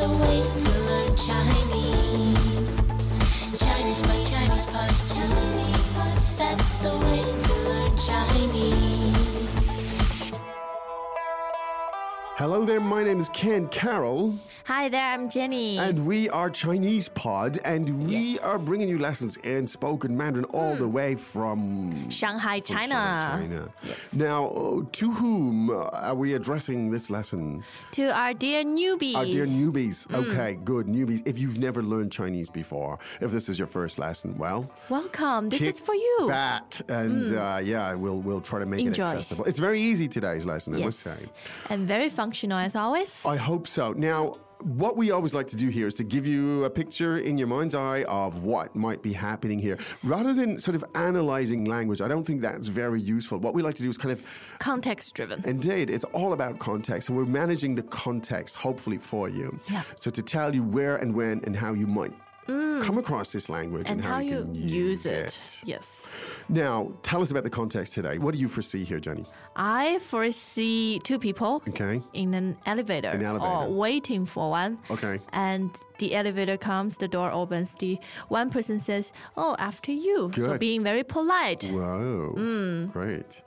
a way to learn Chinese. Chinese pot, Chinese pot, Chinese pot. That's the way to learn Chinese. Hello there, my name is Ken Carroll, Hi there, I'm Jenny. and we are Chinese Pod, and we are bringing you lessons in spoken Mandarin all the way from Shanghai, from Hmm. China. Shanghai, China. Now, uh, to whom uh, are we addressing this lesson? To our dear newbies. Our dear Hmm. newbies. Okay, good, newbies. If you've never learned Chinese before, if this is your first lesson, well, Welcome. This kick is for you. Hmm. Back and uh, yeah, we'll we'll try to make Enjoy. it accessible. It's very easy today's lesson, I must Yes. say. And very functional as always. I hope so. Now, what we always like to do here is to give you a picture in your mind's eye of what might be happening here. Rather than sort of analyzing language, I don't think that's very useful. What we like to do is kind of, Context driven. indeed, it's all about context. And we're managing the context, hopefully, for you. Yeah. Mm. So to tell you where and when and how you might come across this language and, And how you can use it. Yes. Now, tell us about the context today. What do you foresee here, Jenny? I foresee two people Okay. in an elevator, An elevator. or waiting for one. Okay. And the elevator comes, the door opens, the one person says, Oh, after you. So Good. being very polite. Whoa. Great.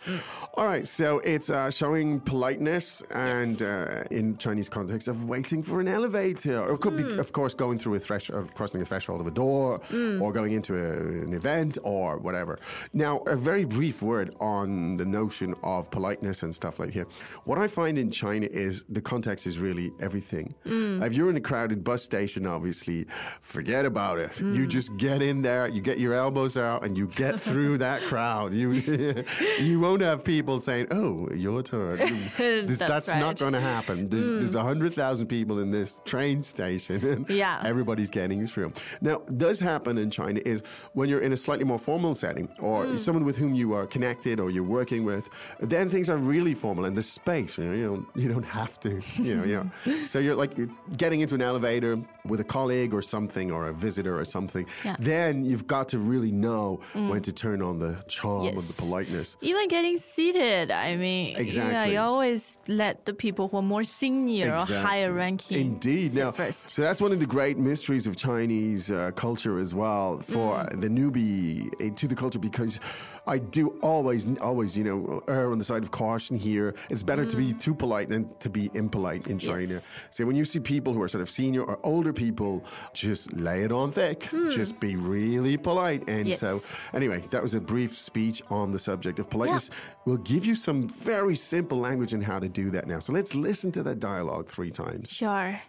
All right. So it's uh, showing politeness and uh, in Chinese context of waiting for an elevator. Or it could be, of course, going through a threshold, crossing a threshold of a door or going into a, an event or whatever. Now, a very brief word on the notion of politeness and stuff like here. What I find in China is the context is really everything. Mm. If you're in a crowded bus station, obviously, forget about it. Mm. You just get in there, you get your elbows out, and you get through that crowd. You you won't have people saying, "Oh, your turn." This- That's not right. Mm. going to happen. There's, there's a hundred thousand people in this train station, and Yeah. everybody's getting through. Now, does happen in China is when you're in a slightly more formal setting, or Hmm. someone with whom you are connected, or you're working with, then things are really formal, and the space. You know, you don't, you don't have to. You know, you know. So you're like you're getting into an elevator with a colleague or something, or a visitor or something. Yeah. Hmm. Then you've got to really know when to turn on the charm and the Yes. politeness. Even getting seated, I mean, you, know, Exactly. you always let the people who are more senior or higher Exactly. ranking Indeed. sit Now, first. so that's one of the great mysteries of Chinese uh, culture as well for Mm. the newbie uh, to the culture because I do always, always, you know, err on the side of caution here. It's better to Mm. be too polite than to be impolite in China. So when you see people who are sort of senior or older people, just lay it on thick. Hmm. Just be really polite. And uh, Yes. so, anyway, that was a brief speech on the subject of politeness. We'll give you some very simple language on how to do that now. So let's listen to that dialogue three times. Sure.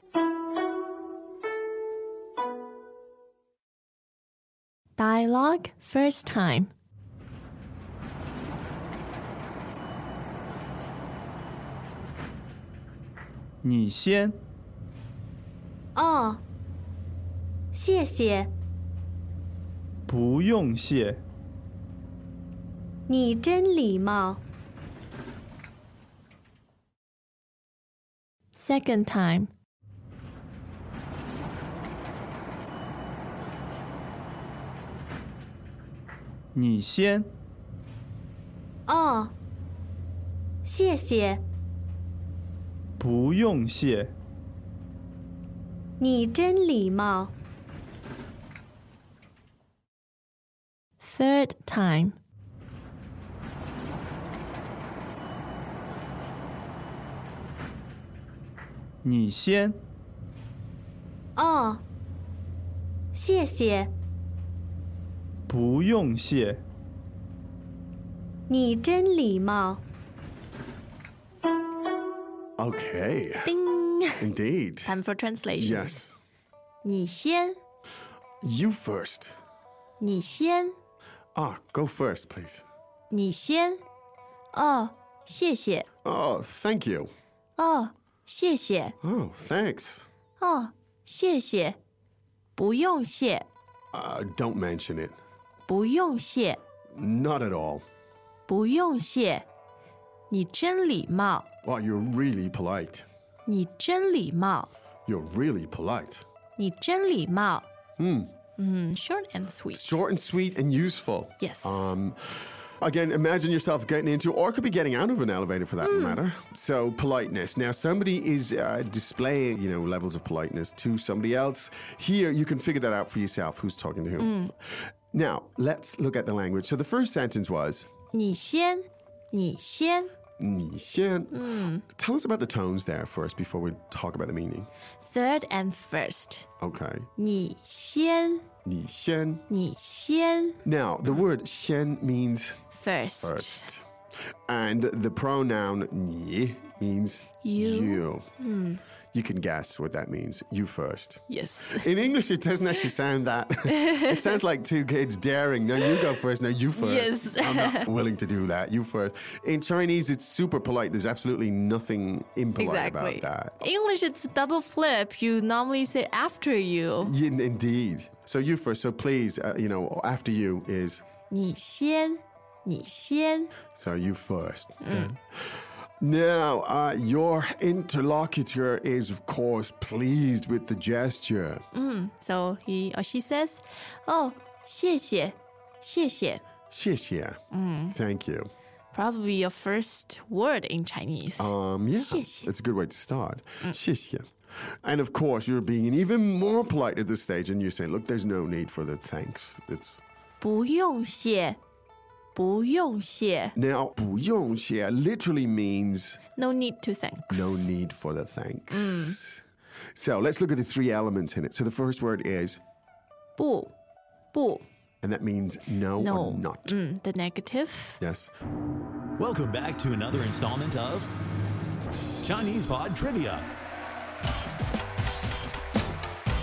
大 log first time。你先，哦，谢谢，不用谢，你真礼貌。 Second time，你先，哦，谢谢，不用谢，你真礼貌。 third time，你先，哦，谢谢，不用谢，你真礼貌。 Okay, 叮 indeed. ，time for translation。 Yes. 你先， You first. 你先， Ah, go first, please. 你先。哦，谢谢， Oh, thank you. 哦，谢谢， Oh, thanks. 哦，谢谢，Oh, 不用谢， Uh, don't mention it. 不用谢， Not at all. 不用谢。你真礼貌， Well, you're really polite. 你真礼貌。 You're really polite. 你真礼貌。嗯嗯，short and sweet。 Short and sweet and useful. Yes. Um, Again, imagine yourself getting into, or could be getting out of an elevator for that matter. So, politeness. Now, somebody is uh, displaying, you know, levels of politeness to somebody else. Here, you can figure that out for yourself who's talking to whom. Now, let's look at the language. So, the first sentence was, 你先，你先。 "你先." Tell us about the tones there first before we talk about the meaning. Third and first， Okay. 你先， "你先."你先。 Now, the word 先 means First，, first. And the pronoun 你 means You. Hmm. You, You can guess what that means. You first. yes， In English, it doesn't actually sound that. it sounds like two kids daring. No, you go first. No, you first. Yes. I'm not willing to do that. You first. In Chinese, it's super polite. There's absolutely nothing impolite exactly. about that. English, it's double flip. You normally say after you， Y- Indeed. So you first. So please, uh, you know, after you is 你先，你先。 So you first. Now, uh, your interlocutor is, of course, pleased with the gesture. So he or she says, "Oh, 谢谢，谢谢." Xie Thank you. Probably your first word in Chinese. Um, yeah, 谢谢。 it's a good way to start. Xie And of course, you're being even more polite at this stage, and you say, "Look, there's no need for the thanks." It's 不用谢，不用谢。 now 不用谢 literally means No need to thank. no need for the thanks. So let's look at the three elements in it. So the first word is, 不，不 and that means no, ，no. Mm. or not. 嗯，the negative. Yes. Welcome back to another installment of Chinese Pod Trivia.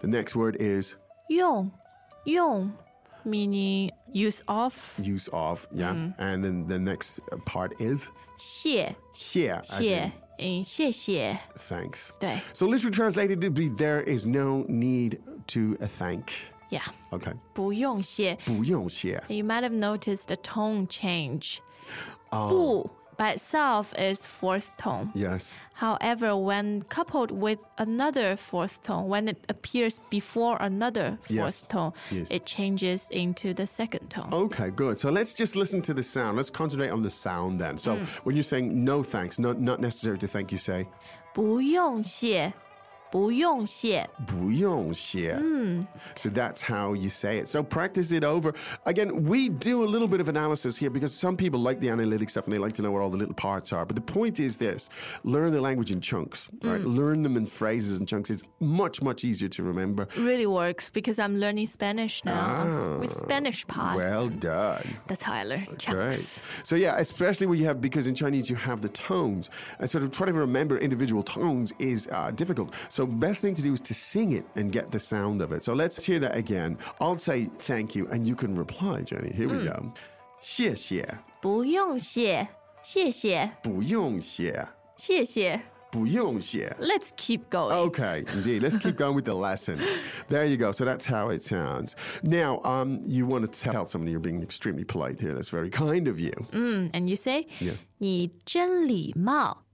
The next word is 用，用，meaning use of. use of, yeah. And then the next uh, part is 谢 xie. as in 谢，嗯，谢谢。 Thanks. 对 So literally translated to be there is no need to uh, thank. ，Yeah， Okay. 不用谢。不用谢. You might have noticed the tone change. Oh. Bu by itself is fourth tone. Yes. However, when coupled with another fourth tone, when it appears before another fourth Yes. tone, Yes. it changes into the second tone. Okay, good. So let's just listen to the sound. Let's concentrate on the sound then. So when you're saying no thanks, not not necessary to thank, you say 不用谢，不用谢。不用谢. So that's how you say it. So practice it over. Again, we do a little bit of analysis here because some people like the analytic stuff and they like to know where all the little parts are. But the point is this learn the language in chunks, right? Learn them in phrases and chunks. It's much, much easier to remember. Really works because I'm learning Spanish now on s- with Spanish part. Ah. Well done. That's how I learn Great. chunks. So, yeah, especially when you have, because in Chinese you have the tones, and sort of trying to remember individual tones is uh, difficult. So, best thing to do is to sing it and get the sound of it. So, let's hear that again. I'll say thank you, and you can reply, Jenny. Here we go. 不用谢，谢谢谢，谢谢。谢，不用谢，不用谢。 Let's keep going. Okay, indeed. Let's keep going with the lesson. There you go. So that's how it sounds. Now, um, you want to tell somebody you're being extremely polite here. That's very kind of you. And you say, Yeah. 你真礼貌，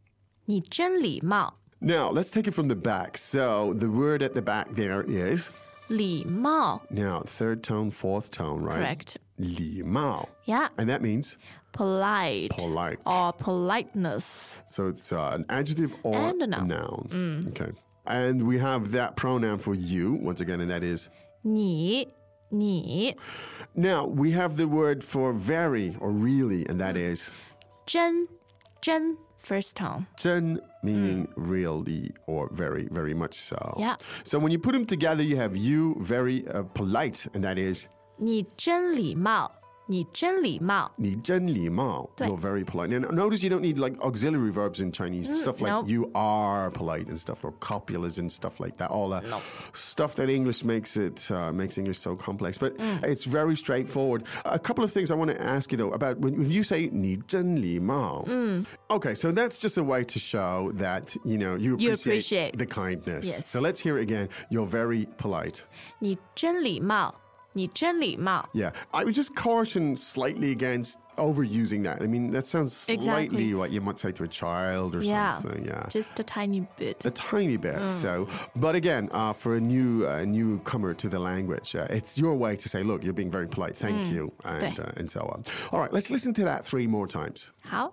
你真礼貌，礼貌，礼貌。 Now, let's take it from the back. So the word at the back there is now third tone, fourth tone, right? Correct. 礼貌. Yeah. And that means Polite. Polite. Or politeness. so it's uh, an adjective or And a noun. Mm. Okay. And we have that pronoun for you once again, and that is 你-你- now we have the word for very or really, and Mm. that is 真-真- first tone. Zhen meaning really or very, very much so. Mm. Yeah. So when you put them together, you have you very uh, polite, and that is 你真礼貌-你真礼貌。 Ni zhen li mao. Right. You're very polite. And notice you don't need like auxiliary verbs in Chinese. stuff like Mm, no. you are polite and stuff, or copulas and stuff like that. All that stuff that English makes it uh, makes English so complex. But Mm. it's very straightforward. A couple of things I want to ask you though about when, when you say ni zhen li mao. Mm. Okay, so that's just a way to show that you know you appreciate, You appreciate. the kindness. Yes. So let's hear it again. You're very polite. 你真礼貌，你真礼貌。 Yeah, I would just caution slightly against overusing that. I mean, that sounds slightly Exactly. what you might say to a child or Yeah, something. Yeah. Uh, just Mm. a tiny bit. a tiny bit, so. But again, uh, for a new uh, newcomer to the language, uh, it's your way to say, "Look, you're being very polite. Thank Mm. you," and Okay. uh, and so on. All right, let's listen to that three more times. 好，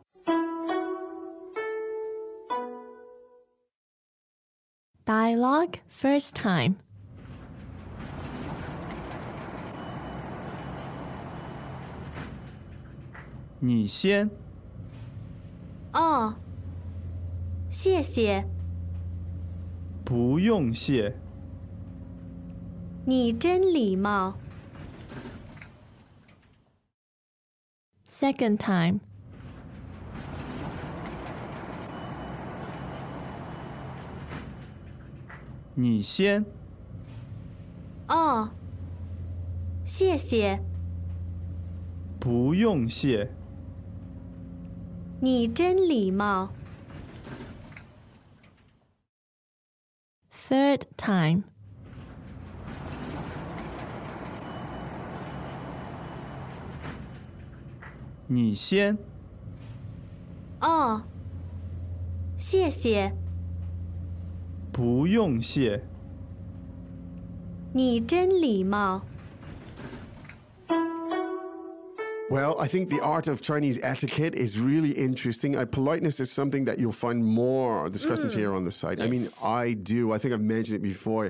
Dialogue first time. 你先，哦，谢谢。不用谢。你真礼貌。 Second time. 你先，哦，谢谢。不用谢。你真礼貌。 Third time. 你先，哦，谢谢。不用谢。你真礼貌。 Well, I think the art of Chinese etiquette is really interesting. Uh, politeness is something that you'll find more Mm. discussions here on the site. I mean, I do. I think I've mentioned it before.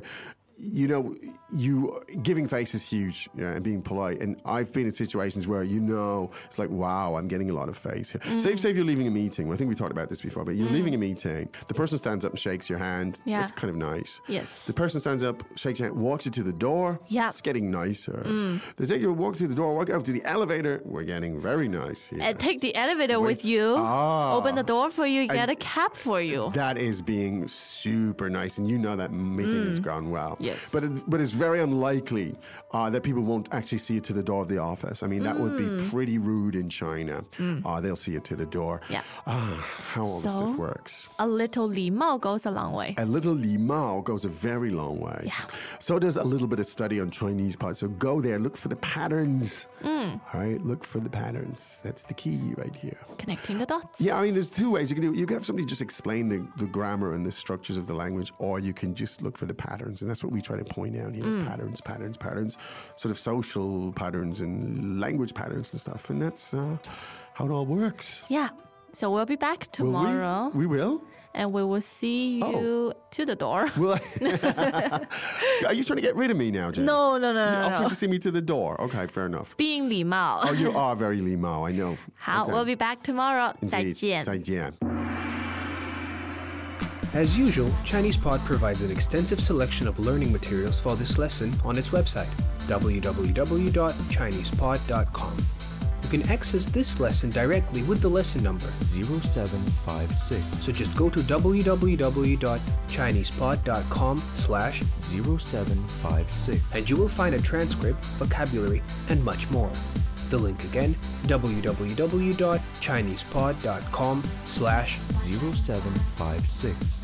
You know, you giving face is huge yeah, and being polite. And I've been in situations where you know it's like, wow, I'm getting a lot of face. Mm. Say, say if you're leaving a meeting. I think we talked about this before, but you're leaving a meeting. The person stands up and shakes your hand. Yeah. It's kind of nice. Yes. The person stands up, shakes your hand, walks you to the door. Yeah. It's getting nicer. Mm. They take you walk through the door, walk up to the elevator. We're getting very nice here. And take the elevator with you. Ah. Open the door for you. Get a cab for you. that is being super nice, and you know that meeting has gone well. Mm. Yes. but it, but it's very unlikely uh, that people won't actually see you to the door of the office. I mean, that would Mm. be pretty rude in China. Uh, they'll see you to the door. Yeah. Ah, how all this So? stuff works. a little 礼貌 goes a long way. A little limao goes a very long way. So does a little bit of study on Chinese part. So go there, look for the patterns. Mm. All right, look for the patterns. That's the key right here. Connecting the dots. Yeah, I mean, there's two ways you can do it. You can have somebody just explain the, the grammar and the structures of the language, or you can just look for the patterns. And that's what we try to point out here Mm. patterns, patterns, patterns, sort of social patterns and language patterns and stuff. And that's uh, how it all works. Yeah. So we'll be back Will we? tomorrow We will. and we will see Oh. you to the door. Will I- Are you trying to get rid of me now, Jen? No, no, no, You're no. offering no. to see me to the door. Okay, fair enough. Being 礼貌. Oh, you are very limao, I know. 好 Okay. we'll be back tomorrow. 再 Indeed. 见。再见. As usual, ChinesePod provides an extensive selection of learning materials for this lesson on its website, www.chinesepod.com. You can access this lesson directly with the lesson number, 0756 so just go to www.chinesepod.com slash 0756 and you will find a transcript, vocabulary, and much more. The link again, www.chinesepod.com slash 0756